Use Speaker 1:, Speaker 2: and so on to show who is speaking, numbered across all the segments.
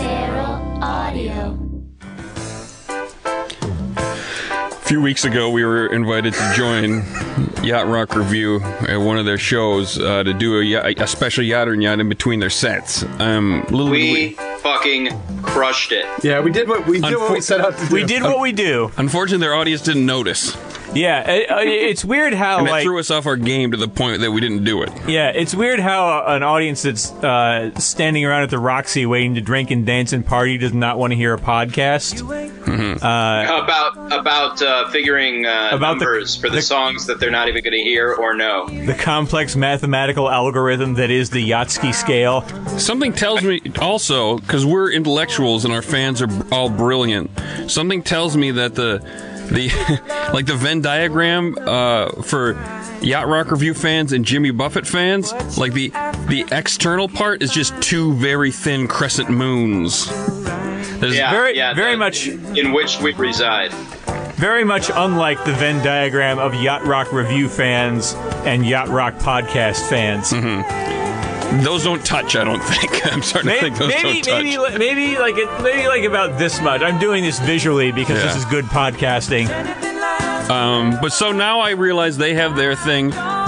Speaker 1: Feral Audio.
Speaker 2: A few weeks ago, we were invited to join Yacht Rock Review at one of their shows uh, to do a, ya- a special yachter and yacht in between their sets. Um, little did
Speaker 3: We fucking crushed it.
Speaker 4: Yeah, we did what we did what we
Speaker 2: Unfor-
Speaker 4: set out to do.
Speaker 5: We did what we do.
Speaker 2: unfortunately, their audience didn't notice,
Speaker 5: Yeah, it, uh, it's weird how
Speaker 2: and that
Speaker 5: like
Speaker 2: threw us off our game to the point that we didn't do it.
Speaker 5: yeah, it's weird how uh, an audience that's uh, standing around at the Roxy waiting to drink and dance and party does not want to hear a podcast.
Speaker 3: about about uh, figuring uh,
Speaker 5: About the-
Speaker 3: numbers for the,
Speaker 5: the-
Speaker 3: songs that they're not even going to hear or know.
Speaker 5: The complex mathematical algorithm that is the Yatsky scale.
Speaker 2: Something tells me also because we're intellectuals and our fans are all brilliant. Something tells me that the the like the Venn diagram uh, for yacht rock review fans and Jimmy Buffett fans, like the the external part is just two very thin crescent moons. There's
Speaker 3: Yeah,
Speaker 5: very-
Speaker 3: yeah,
Speaker 5: very
Speaker 3: the-
Speaker 5: much-
Speaker 3: in which we reside.
Speaker 5: Very much unlike the Venn diagram of Yacht Rock review fans and Yacht Rock podcast fans.
Speaker 2: Mm-hmm. those don't touch. I don't think. I'm starting to
Speaker 5: May-
Speaker 2: think those
Speaker 5: maybe,
Speaker 2: don't touch.
Speaker 5: maybe, li- maybe like it, maybe like about this much. I'm doing this visually because this
Speaker 2: Yeah.
Speaker 5: is good podcasting.
Speaker 2: Um, but so now I realize they have their thing,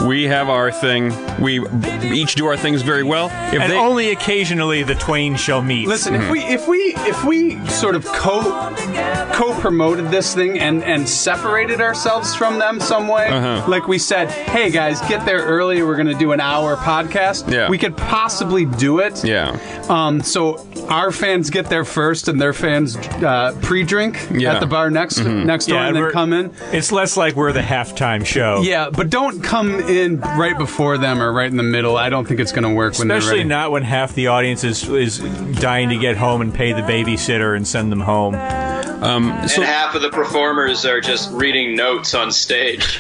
Speaker 2: we have our thing. We each do our things very well. If
Speaker 5: and
Speaker 2: they,
Speaker 5: only occasionally the twain shall meet.
Speaker 4: Listen, if we if we if we sort of co co promoted this thing and and separated ourselves from them some way, like we said, hey guys, get there early. We're gonna do an hour podcast.
Speaker 2: Yeah.
Speaker 4: we could possibly do it.
Speaker 2: yeah.
Speaker 4: Um, so our fans get there first, and their fans uh, pre-drink
Speaker 2: Yeah.
Speaker 4: at the bar next next door, and then
Speaker 5: we're-
Speaker 4: come in.
Speaker 5: It's less like we're the halftime show.
Speaker 4: Yeah, but don't come in right before them or right in the middle. I don't think it's going to work. when they're
Speaker 5: Especially
Speaker 4: ready.
Speaker 5: not when half the audience is is dying to get home and pay the babysitter and send them home.
Speaker 2: So-
Speaker 3: and half of the performers are just reading notes on stage.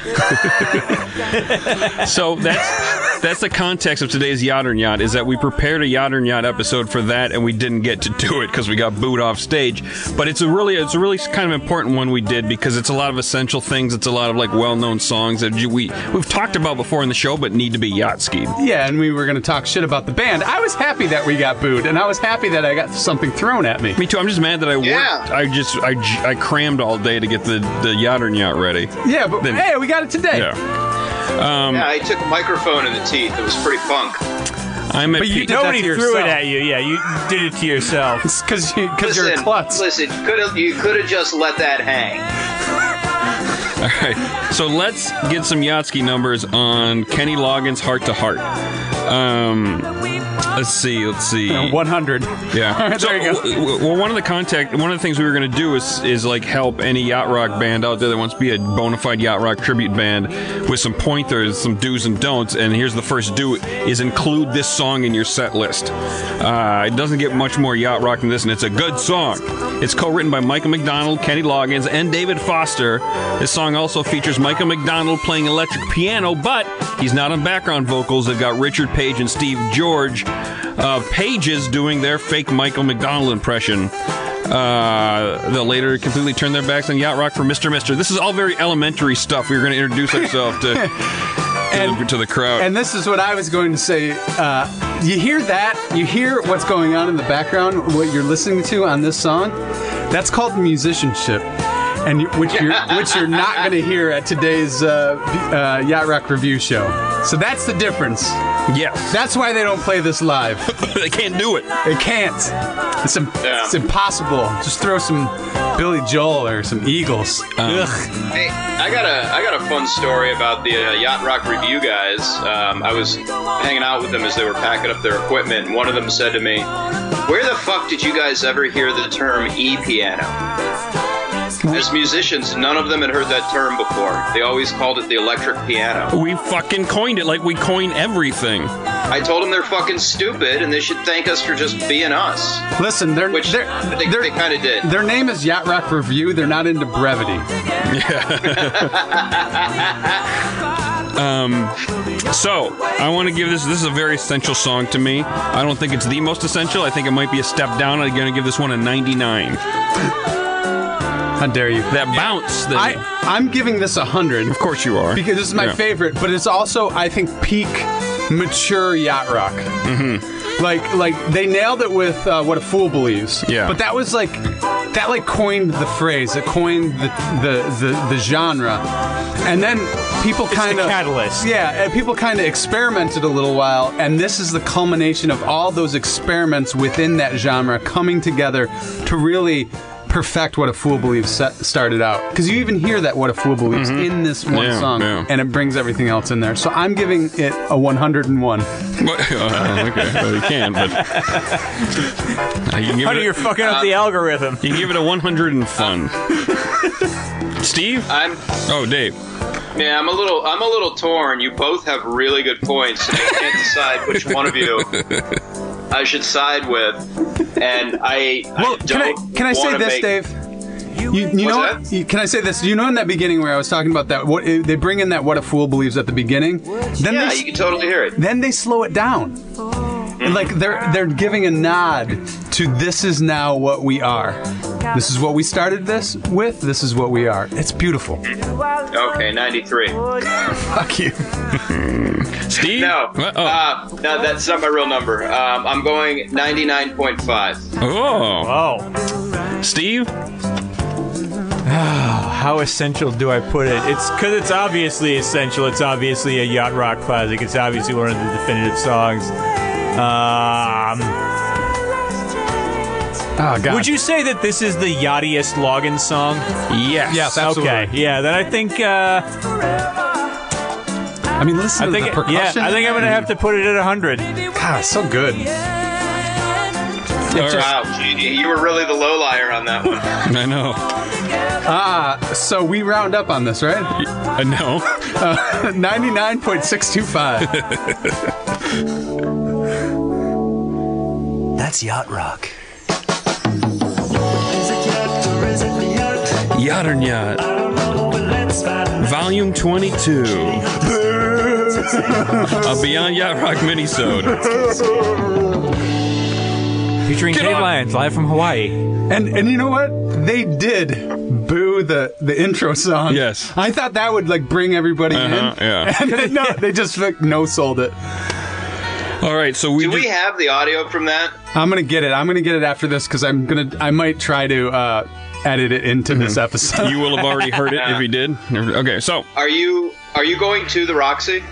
Speaker 2: So that's that's the context of today's Yodern Yacht is that we prepared a Yodern Yacht episode for that and we didn't get to do it because we got booed off stage. But it's a really it's a really kind of important one we did because it's a lot of essential things. It's a lot of like well known songs that you, we we've talked about before in the show but need to be yacht skied.
Speaker 4: Yeah, and we were going to talk shit about the band. I was happy that we got booed, and I was happy that I got something thrown at me.
Speaker 2: Me too. I'm just mad that I worked.
Speaker 3: Yeah.
Speaker 2: I just I, j- I crammed all day to get the the Yodern Yacht ready.
Speaker 4: Yeah, but
Speaker 2: Then-
Speaker 4: hey, we got it today.
Speaker 2: Yeah.
Speaker 3: yeah, I took a microphone in the teeth. It was pretty punk.
Speaker 2: I'm at
Speaker 4: But you
Speaker 2: peak-
Speaker 4: did that
Speaker 5: Nobody
Speaker 4: to
Speaker 5: threw it
Speaker 4: yourself.
Speaker 5: at you. Yeah, you did it to yourself.
Speaker 4: It's because you, cause you're a
Speaker 3: Listen,
Speaker 4: klutz.
Speaker 3: listen, could you could have just let that hang.
Speaker 2: All right. So let's get some Yatsky numbers on Kenny Loggins' Heart to Heart. Um, let's see. Let's see.
Speaker 4: 100.
Speaker 2: Yeah.
Speaker 4: There you go.
Speaker 2: w- w- well, one of the contact, one of the things we were going to do is is like help any yacht rock band out there that wants to be a bona fide yacht rock tribute band with some pointers, some do's and don'ts. And here's the first do: is include this song in your set list. Uh, it doesn't get much more yacht rock than this, and it's a good song. It's co-written by Michael McDonald, Kenny Loggins, and David Foster. This song also features Michael McDonald playing electric piano, but he's not on background vocals. They've got Richard Page and Steve George uh, pages doing their fake Michael McDonald impression. Uh, they'll later completely turn their backs on Yacht Rock for Mr. Mister. This is all very elementary stuff. We were going to introduce ourselves to, to, the, to the crowd.
Speaker 4: And this is what I was going to say. Uh, you hear that? You hear what's going on in the background, what you're listening to on this song? That's called musicianship. And you, which you're which you're not going to hear at today's uh, uh, yacht rock review show. So that's the difference.
Speaker 2: yes,
Speaker 4: That's why they don't play this live.
Speaker 2: they can't do it.
Speaker 4: They can't. It's, im-
Speaker 3: Yeah.
Speaker 4: it's impossible. Just throw some Billy Joel or some Eagles. Ugh.
Speaker 3: Hey, I got a I got a fun story about the uh, Yacht Rock Review guys. Um, I was hanging out with them as they were packing up their equipment. And one of them said to me, "Where the fuck did you guys ever hear the term e-piano?" As musicians, none of them had heard that term before. They always called it the electric piano.
Speaker 2: We fucking coined it like we coin everything.
Speaker 3: I told them they're fucking stupid and they should thank us for just being us,
Speaker 4: Listen, they're,
Speaker 3: which
Speaker 4: they're,
Speaker 3: they,
Speaker 4: they're-
Speaker 3: they kind of did.
Speaker 4: their name is Yacht Rock Review. They're not into brevity.
Speaker 2: So, I want to give this. This is a very essential song to me. I don't think it's the most essential. I think it might be a step down. I'm going to give this one a 99.
Speaker 4: How dare you?
Speaker 2: That bounce. That,
Speaker 4: I, I'm giving this a 100
Speaker 2: of course you are.
Speaker 4: because this is my
Speaker 2: Yeah.
Speaker 4: favorite, but it's also, I think, peak mature Yacht Rock. Like, like they nailed it with uh, "What a Fool Believes."
Speaker 2: Yeah.
Speaker 4: But that was like, that like coined the phrase. It coined the the the, the genre, and then people kind of
Speaker 5: catalyst.
Speaker 4: Yeah, and people kind of experimented a little while, and this is the culmination of all those experiments within that genre coming together to really perfect what a fool believes set, started out because you even hear that what a fool believes
Speaker 3: Mm-hmm.
Speaker 4: in this one
Speaker 2: Yeah,
Speaker 4: song
Speaker 2: yeah.
Speaker 4: and it brings everything else in there so i'm giving it a 101
Speaker 2: What? Uh, okay, well, you can, but Uh, you can give
Speaker 5: Honey,
Speaker 2: it.
Speaker 5: you're fucking up
Speaker 4: Um,
Speaker 5: the algorithm.
Speaker 2: you can give it a 100 and fun. Steve?
Speaker 3: I'm
Speaker 2: Oh, Dave.
Speaker 3: yeah, I'm a little I'm a little torn. You both have really good points, and I can't decide which one of you I should side with. And I,
Speaker 4: Well,
Speaker 3: I
Speaker 4: can I
Speaker 3: don't
Speaker 4: can I say
Speaker 3: wanna
Speaker 4: this,
Speaker 3: make-
Speaker 4: Dave? You, you
Speaker 3: What's
Speaker 4: know what?
Speaker 3: that?
Speaker 4: You- Can I say this? You know, in that beginning where I was talking about that, what they bring in that "what a fool believes" at the beginning, then
Speaker 3: Yeah,
Speaker 4: they
Speaker 3: you can totally hear it.
Speaker 4: then they slow it down, and like they're they're giving a nod to this is now what we are. This is what we started this with. This is what we are. It's beautiful.
Speaker 3: Okay, 93.
Speaker 4: Fuck you.
Speaker 2: Steve?
Speaker 3: No,
Speaker 2: Uh, oh.
Speaker 3: uh, no, that's not my real number. Um, I'm going 99.5.
Speaker 2: oh.
Speaker 5: Oh,
Speaker 2: Steve?
Speaker 5: how essential do I put it? It's because it's obviously essential. It's obviously a yacht rock classic. It's obviously one of the definitive songs. Um,
Speaker 4: Oh God.
Speaker 5: would you say that this is the yachtiest login song?
Speaker 2: Yes.
Speaker 4: Yes, absolutely.
Speaker 5: Okay, yeah. Then I think uh,
Speaker 4: I mean, listen
Speaker 5: I
Speaker 4: to
Speaker 5: think
Speaker 4: the
Speaker 5: yeah.
Speaker 4: percussion.
Speaker 5: I think I'm gonna have to put it at hundred.
Speaker 4: God, it's so good.
Speaker 2: All right.
Speaker 3: Wow, GD, you were really the low liar on that one.
Speaker 2: I know.
Speaker 4: Ah, so we round up on this, right?
Speaker 2: I know.
Speaker 4: Ninety-nine point six two five.
Speaker 6: That's yacht rock.
Speaker 2: Yacht or Yacht. Volume 22. a Beyond Yacht Rock minisode.
Speaker 5: Featuring
Speaker 2: Get
Speaker 5: Jay
Speaker 2: on.
Speaker 5: Lyons live from Hawaii.
Speaker 4: And and you know what? They did boo the the intro song.
Speaker 2: Yes.
Speaker 4: I thought that would like bring everybody
Speaker 2: Uh-huh,
Speaker 4: in.
Speaker 2: yeah.
Speaker 4: And then, no, they just like no sold it.
Speaker 2: All right, so we
Speaker 3: Do we
Speaker 2: did-
Speaker 3: have the audio from that?
Speaker 4: I'm gonna get it. I'm gonna get it after this because I'm gonna I might try to uh, edit it into this
Speaker 5: Mm-hmm.
Speaker 4: episode.
Speaker 2: you will have already heard it if you did. Okay, so
Speaker 3: Are you are you going to the Roxy?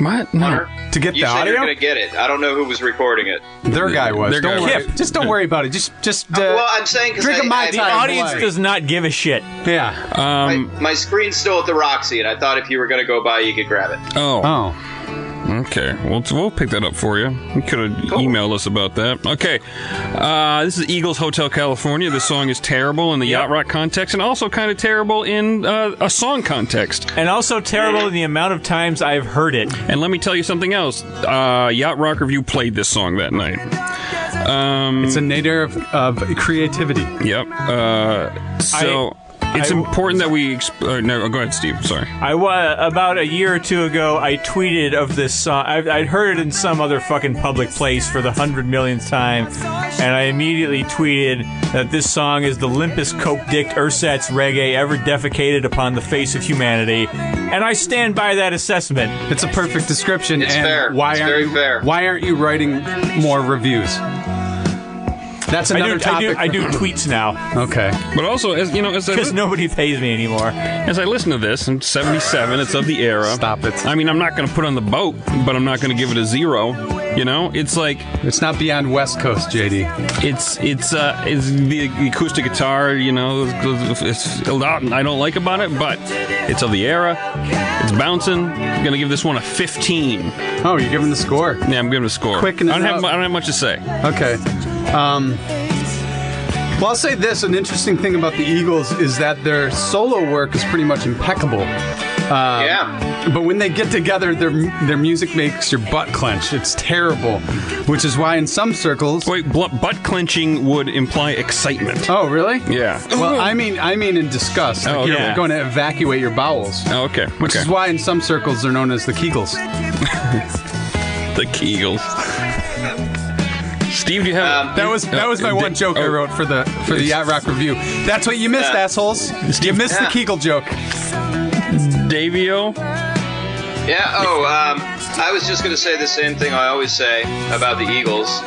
Speaker 2: what? No.
Speaker 4: to get
Speaker 3: You
Speaker 4: the
Speaker 3: said
Speaker 4: audio,
Speaker 3: you're going to get it. I don't know who was recording it.
Speaker 4: their guy was.
Speaker 2: Their
Speaker 4: don't
Speaker 2: guy
Speaker 4: worry.
Speaker 2: was.
Speaker 4: Just don't worry about it. Just just uh,
Speaker 3: well, I'm saying because
Speaker 4: drink
Speaker 3: I,
Speaker 4: a Mai
Speaker 3: I-
Speaker 5: The
Speaker 4: Tai.
Speaker 3: I-
Speaker 5: audience
Speaker 4: Hawaii.
Speaker 5: does not give a shit.
Speaker 4: yeah.
Speaker 2: Um.
Speaker 3: my, my screen's still at the Roxy, and I thought if you were going to go by, you could grab it.
Speaker 2: Oh.
Speaker 4: Oh,
Speaker 2: Okay, we'll, we'll pick that up for you. You could have emailed us about that. Okay, uh, this is Eagles Hotel California. This song is terrible in the yacht rock context, and also kind of terrible in uh, a song context.
Speaker 5: And also terrible in the amount of times I've heard it.
Speaker 2: And let me tell you something else. Uh, yacht Rock Review played this song that night. Um,
Speaker 4: it's a nadir of, of creativity.
Speaker 2: yep. Uh, so
Speaker 5: I-
Speaker 2: it's
Speaker 5: I-
Speaker 2: important that we. Exp- uh, no, go ahead, Steve. Sorry.
Speaker 5: I wa- about a year or two ago. I tweeted of this song. I, I'd heard it in some other fucking public place for the hundred millionth time, and I immediately tweeted that this song is the limpest coke dicked ersatz reggae ever defecated upon the face of humanity. And I stand by that assessment.
Speaker 4: It's a perfect description.
Speaker 3: It's
Speaker 4: and
Speaker 3: fair.
Speaker 4: Why
Speaker 3: It's
Speaker 4: aren't
Speaker 3: very
Speaker 4: you,
Speaker 3: fair.
Speaker 4: Why aren't you writing more reviews? That's
Speaker 5: I
Speaker 4: another
Speaker 5: do, I
Speaker 4: topic.
Speaker 5: do, I do tweets now
Speaker 4: Okay.
Speaker 2: But also, as you know, as I,
Speaker 5: because
Speaker 2: li-
Speaker 5: nobody pays me anymore.
Speaker 2: as I listen to this, I'm 77. It's of the era.
Speaker 4: Stop it.
Speaker 2: I mean, I'm not going to put on the boat, but I'm not going to give it a zero. You know, it's like
Speaker 4: It's not beyond West Coast, JD.
Speaker 2: it's it's uh it's the acoustic guitar. You know, it's a lot I don't like about it, but it's of the era. It's bouncing. I'm going to give this one a 15. Yeah,
Speaker 4: Oh, you're giving the score.
Speaker 2: I'm giving it a score.
Speaker 4: Quicken
Speaker 2: I don't
Speaker 4: it
Speaker 2: have
Speaker 4: up.
Speaker 2: mu- I don't have much to say.
Speaker 4: Okay. Um, well, I'll say this: an interesting thing about the Eagles is that their solo work is pretty much impeccable.
Speaker 3: yeah.
Speaker 4: But when they get together, their their music makes your butt clench. It's terrible, which is why in some circles.
Speaker 2: Wait, bl- butt clenching would imply excitement.
Speaker 4: Oh, really?
Speaker 2: Yeah.
Speaker 4: Well, I mean, I mean, in disgust, like
Speaker 2: Oh,
Speaker 4: you're
Speaker 2: yeah.
Speaker 4: going to evacuate your bowels,
Speaker 2: Oh, okay.
Speaker 4: which
Speaker 2: okay.
Speaker 4: is why in some circles they're known as the Kegels.
Speaker 2: the Kegels. Steve, do you have
Speaker 3: Um,
Speaker 4: That was that was my
Speaker 2: Uh,
Speaker 4: one
Speaker 2: did-
Speaker 4: joke I
Speaker 2: oh.
Speaker 4: wrote for the for the Yacht Rock review. That's what you missed,
Speaker 3: Yeah.
Speaker 4: assholes. You missed the
Speaker 3: Yeah.
Speaker 4: Kegel joke.
Speaker 2: Davio?
Speaker 3: Yeah. Oh, um, I was just going to say the same thing I always say about the Eagles,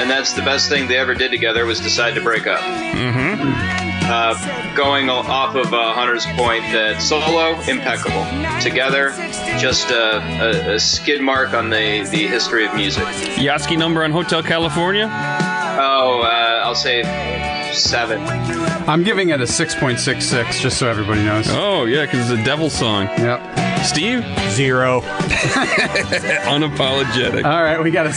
Speaker 3: and that's the best thing they ever did together was decide to break up. Mm-hmm. Uh, going o- off of uh, Hunter's point that solo, impeccable. Together, just a, a, a skid mark on the, the history of music.
Speaker 2: Yatsky number on Hotel California?
Speaker 3: Oh, uh, I'll say seven.
Speaker 4: I'm giving it a 6.66, just so everybody knows.
Speaker 2: Oh, yeah, because it's a devil song.
Speaker 4: Yep.
Speaker 2: Steve?
Speaker 5: Zero.
Speaker 2: Unapologetic.
Speaker 4: All right, we got a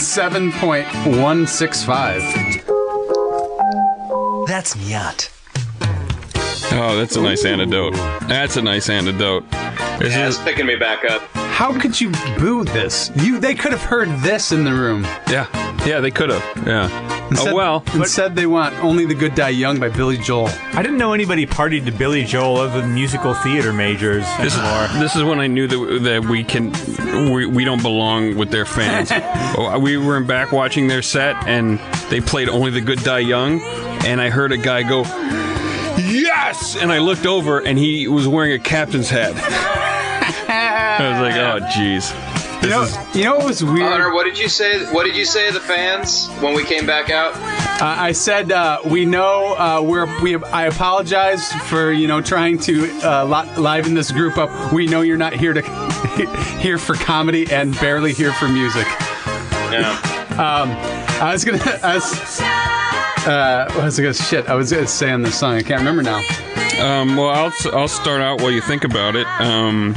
Speaker 4: 7.165.
Speaker 6: That's nyat.
Speaker 2: Oh, that's a nice antidote. That's a nice antidote. This
Speaker 3: That's
Speaker 2: is-
Speaker 3: picking me back up.
Speaker 4: How could you boo this? You they could have heard this in the room.
Speaker 2: yeah, yeah, they could have. Yeah.
Speaker 4: Said-
Speaker 2: Oh, well.
Speaker 4: Instead, they want Only the Good Die Young by Billy Joel.
Speaker 5: I didn't know anybody partied to Billy Joel other than musical theater majors
Speaker 2: This
Speaker 5: anymore.
Speaker 2: is, this is when I knew that, that we can we, we don't belong with their fans. Oh, we were back watching their set, and they played "Only the Good Die Young," and I heard a guy go, "Yes!" and I looked over, and he was wearing a captain's hat. I was like, "Oh, jeez."
Speaker 4: You know, you know what was weird?
Speaker 3: Hunter, what did you say? What did you say to the fans when we came back out?
Speaker 4: Uh, I said uh, we know uh, we're we. I apologize for you know trying to uh, li- liven this group up. We know you're not here to here for comedy and barely here for music.
Speaker 3: Yeah.
Speaker 4: Um, I was gonna. I was, uh, what was I gonna shit? I was gonna say on this song. I can't remember now.
Speaker 2: Um, well, I'll, I'll start out while you think about it. Um,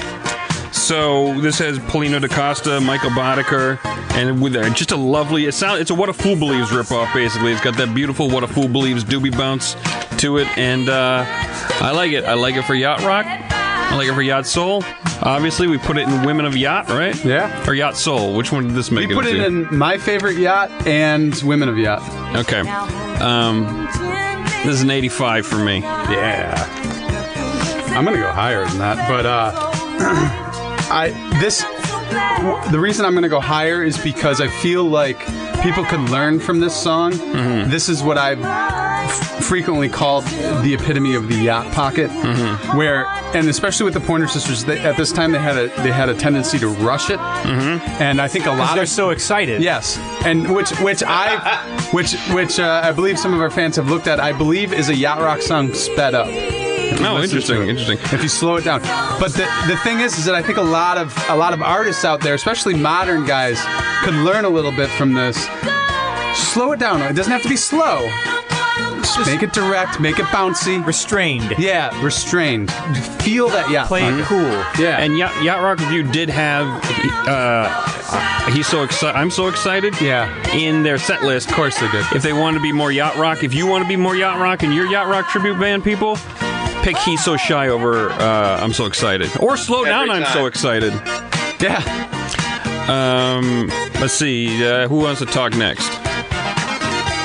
Speaker 2: so this has Polino da Costa, Michael Boddicker, and with uh, just a lovely. It sound, it's a What a Fool Believes ripoff, basically. It's got that beautiful What a Fool Believes doobie bounce to it, and uh, I like it. I like it for yacht rock. I like it for yacht soul. Obviously, we put it in Women of Yacht, right?
Speaker 4: Yeah.
Speaker 2: Or yacht soul. Which one did this make
Speaker 4: We put it
Speaker 2: into?
Speaker 4: in my favorite yacht and women of yacht.
Speaker 2: Okay. Um, this is an 85 for me.
Speaker 4: Yeah. I'm gonna go higher than that, but uh, I this the reason I'm gonna go higher is because I feel like people could learn from this song. This is what I've f- frequently called the epitome of the yacht pocket, where and especially with the Pointer Sisters, they, at this time they had a they had a tendency to rush it, and I think a lot
Speaker 5: They're
Speaker 4: of
Speaker 5: so excited.
Speaker 4: Yes, and which which I which which uh, I believe some of our fans have looked at. I believe is a yacht rock song sped up.
Speaker 2: No,
Speaker 4: Listen to
Speaker 2: Oh, interesting,
Speaker 4: it.
Speaker 2: interesting.
Speaker 4: If you slow it down, but the the thing is, is that I think a lot of a lot of artists out there, especially modern guys, could learn a little bit from this. Slow it down. It doesn't have to be slow. Just make it direct. Make it bouncy.
Speaker 5: Restrained.
Speaker 4: Yeah, restrained. Feel that yacht.
Speaker 5: Play it
Speaker 4: punk.
Speaker 5: cool.
Speaker 4: Yeah.
Speaker 2: And Yacht, Yacht Rock Review did have uh, he's so excited. I'm so excited.
Speaker 4: yeah.
Speaker 2: In their set list, of course
Speaker 4: they did.
Speaker 2: If they want to be more yacht rock, if you want to be more yacht rock, and your yacht rock tribute band people, pick "He's So Shy" over uh, "I'm So Excited" or "Slow
Speaker 3: Every
Speaker 2: Down." I'm
Speaker 3: time.
Speaker 2: so excited.
Speaker 4: Yeah.
Speaker 2: Um, let's see. Uh, who wants to talk next?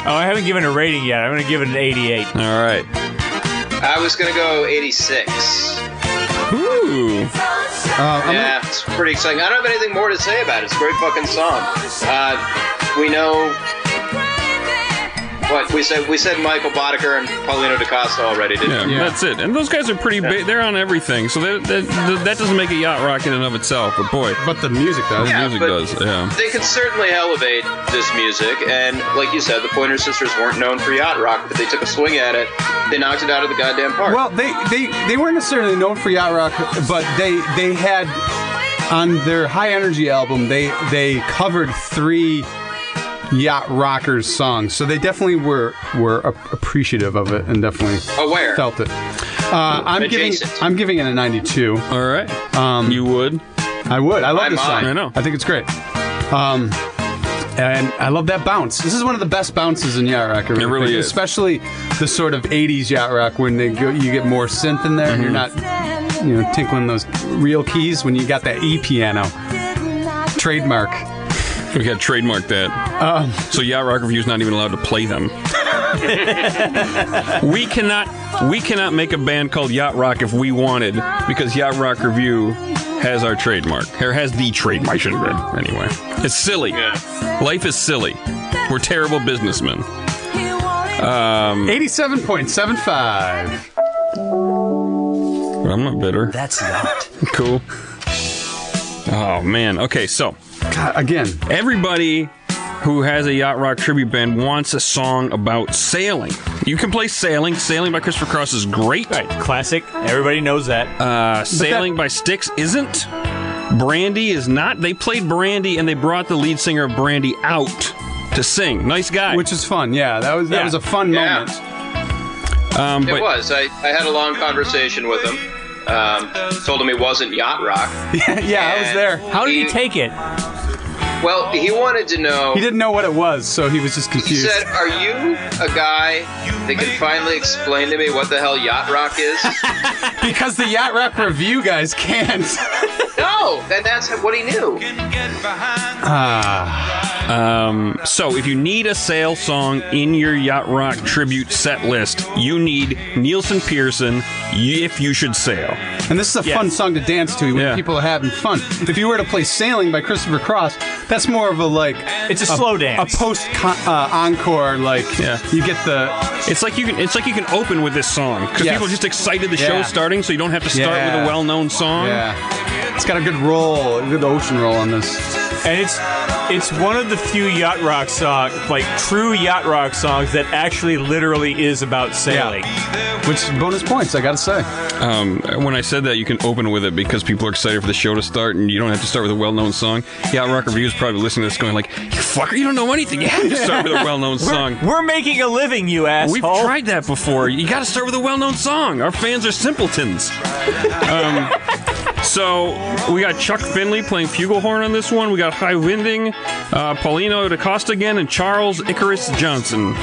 Speaker 5: Oh, I haven't given a rating yet. I'm going to give it an 88.
Speaker 2: All right.
Speaker 3: I was gonna go 86.
Speaker 2: Ooh.
Speaker 4: Uh, I'm gonna-
Speaker 3: Yeah, it's pretty exciting. I don't have anything more to say about it. It's a great fucking song. Uh, we know what we said. We said Michael Boddicker and Paulino DaCosta already, didn't
Speaker 2: Yeah,
Speaker 3: we?
Speaker 4: Yeah.
Speaker 2: that's it. And those guys are pretty big. They're on everything, so that that that doesn't make a yacht rock in and of itself. But boy,
Speaker 4: but the music does.
Speaker 3: Yeah,
Speaker 2: music
Speaker 3: but-
Speaker 2: does. Yeah.
Speaker 3: They could certainly elevate this music, and like you said, the Pointer Sisters weren't known for yacht rock, but they took a swing at it. They knocked it out of the goddamn park.
Speaker 4: Well, they, they, they weren't necessarily known for yacht rock, but they they had on their high energy album they they covered three yacht rockers songs, so they definitely were were a- appreciative of it and definitely
Speaker 3: Aware.
Speaker 4: felt it. Uh, I'm giving
Speaker 3: Adjacent.
Speaker 4: I'm giving it a 92.
Speaker 2: All right. Um, you would.
Speaker 4: I would. I love
Speaker 3: I'm
Speaker 4: this song.
Speaker 3: on.
Speaker 2: I know.
Speaker 4: I think it's great. Um, and I love that bounce. This is one of the best bounces in yacht rock. I
Speaker 2: It really
Speaker 4: think.
Speaker 2: is.
Speaker 4: especially the sort of '80s yacht rock when they go, you get more synth in there. and You're
Speaker 3: Mm-hmm.
Speaker 4: not, you know, tinkling those real keys when you got that E piano trademark.
Speaker 2: We got trademark that. so Yacht Rock Review's not even allowed to play them. we cannot we cannot make a band called Yacht Rock if we wanted because Yacht Rock Review has our trademark. Or has the trademark. I shouldn't have. Anyway. It's silly. Life is silly. We're terrible businessmen.
Speaker 4: Uh,
Speaker 2: Um,
Speaker 4: 87.75.
Speaker 2: I'm not bitter.
Speaker 6: That's yacht.
Speaker 2: Cool. Oh man. Okay, so
Speaker 4: Again,
Speaker 2: Everybody who has a yacht rock tribute band wants a song about sailing. You can play "Sailing." "Sailing" by Christopher Cross is great.
Speaker 5: Right, classic. Everybody knows that.
Speaker 2: Uh, "Sailing" by Styx isn't. Brandy is not. They played Brandy and they brought the lead singer of Brandy out to sing. Nice guy.
Speaker 4: which is fun. Yeah, that was that
Speaker 5: Yeah.
Speaker 4: was a fun
Speaker 3: Yeah.
Speaker 4: moment.
Speaker 2: um,
Speaker 3: It
Speaker 2: but
Speaker 3: was. I, I had a long conversation with him. Um, told him he wasn't yacht rock.
Speaker 4: yeah, I was there.
Speaker 5: How did he take it?
Speaker 3: Well, he wanted to know.
Speaker 4: He didn't know what it was, so he was just
Speaker 3: He
Speaker 4: confused.
Speaker 3: said, "Are you a guy that can finally explain to me what the hell yacht rock is?"
Speaker 4: because the Yacht Rock Review guys can't.
Speaker 3: no, then that's what he knew.
Speaker 4: Ah.
Speaker 2: Um, so, if you need a sail song in your yacht rock tribute set list, you need Nielsen Pearson. "Y- If you should sail,
Speaker 4: And this is a fun song to dance to when
Speaker 2: Yeah.
Speaker 4: people are having fun. If you were to play "Sailing" by Christopher Cross, that's more of a like
Speaker 5: It's a slow dance.
Speaker 4: a post con- uh, encore. Like
Speaker 2: Yeah.
Speaker 4: you get the
Speaker 2: it's like you can. It's like you can open with this song because
Speaker 4: Yes.
Speaker 2: people are just excited the
Speaker 4: Yeah.
Speaker 2: show's starting, so you don't have to start with
Speaker 4: Yeah.
Speaker 2: a well-known song.
Speaker 4: yeah. It's got a good roll, a good ocean roll on this.
Speaker 5: and it's it's one of the few yacht rock songs, like true yacht rock songs, that actually literally is about sailing.
Speaker 4: Which bonus points, I gotta say.
Speaker 2: Um, when I said that, you can open with it because people are excited for the show to start, and you don't have to start with a well-known song. Yacht Rock Review is probably listening to this, going like, "You fucker, you don't know anything. You have to start with a well-known song."
Speaker 5: We're making a living, you asshole.
Speaker 2: We've tried that before. You got to start with a well-known song. Our fans are simpletons. Um, so we got Chuck Finley playing flugelhorn on this one. We got High Winding, uh, Paulino DaCosta again, and Charles Icarus Johnson,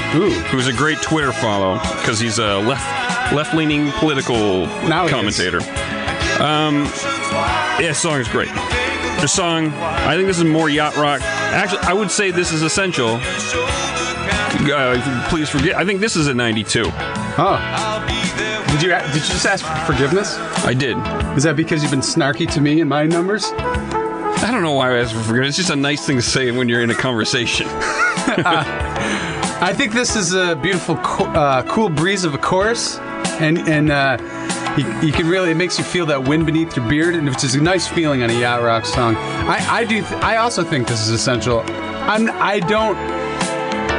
Speaker 2: who's a great Twitter follow because he's a left left-leaning political
Speaker 4: Now he is.
Speaker 2: commentator. Um, yeah, song is great. The song, I think this is more yacht rock. Actually, I would say this is essential. Uh, please forget. I think this is a '92.
Speaker 4: Oh, did you did you just ask for forgiveness?
Speaker 2: I did. I
Speaker 4: Is that because you've been snarky to me and my numbers?
Speaker 2: don't know why I asked for forgiveness. It's just a nice thing to say when you're in a conversation.
Speaker 4: I think this is a beautiful, co- uh, cool breeze of a chorus, and and uh, you, you can really it makes you feel that wind beneath your beard, and which is a nice feeling on a yacht rock song. I I do th- I also think this is essential. I'm I don't.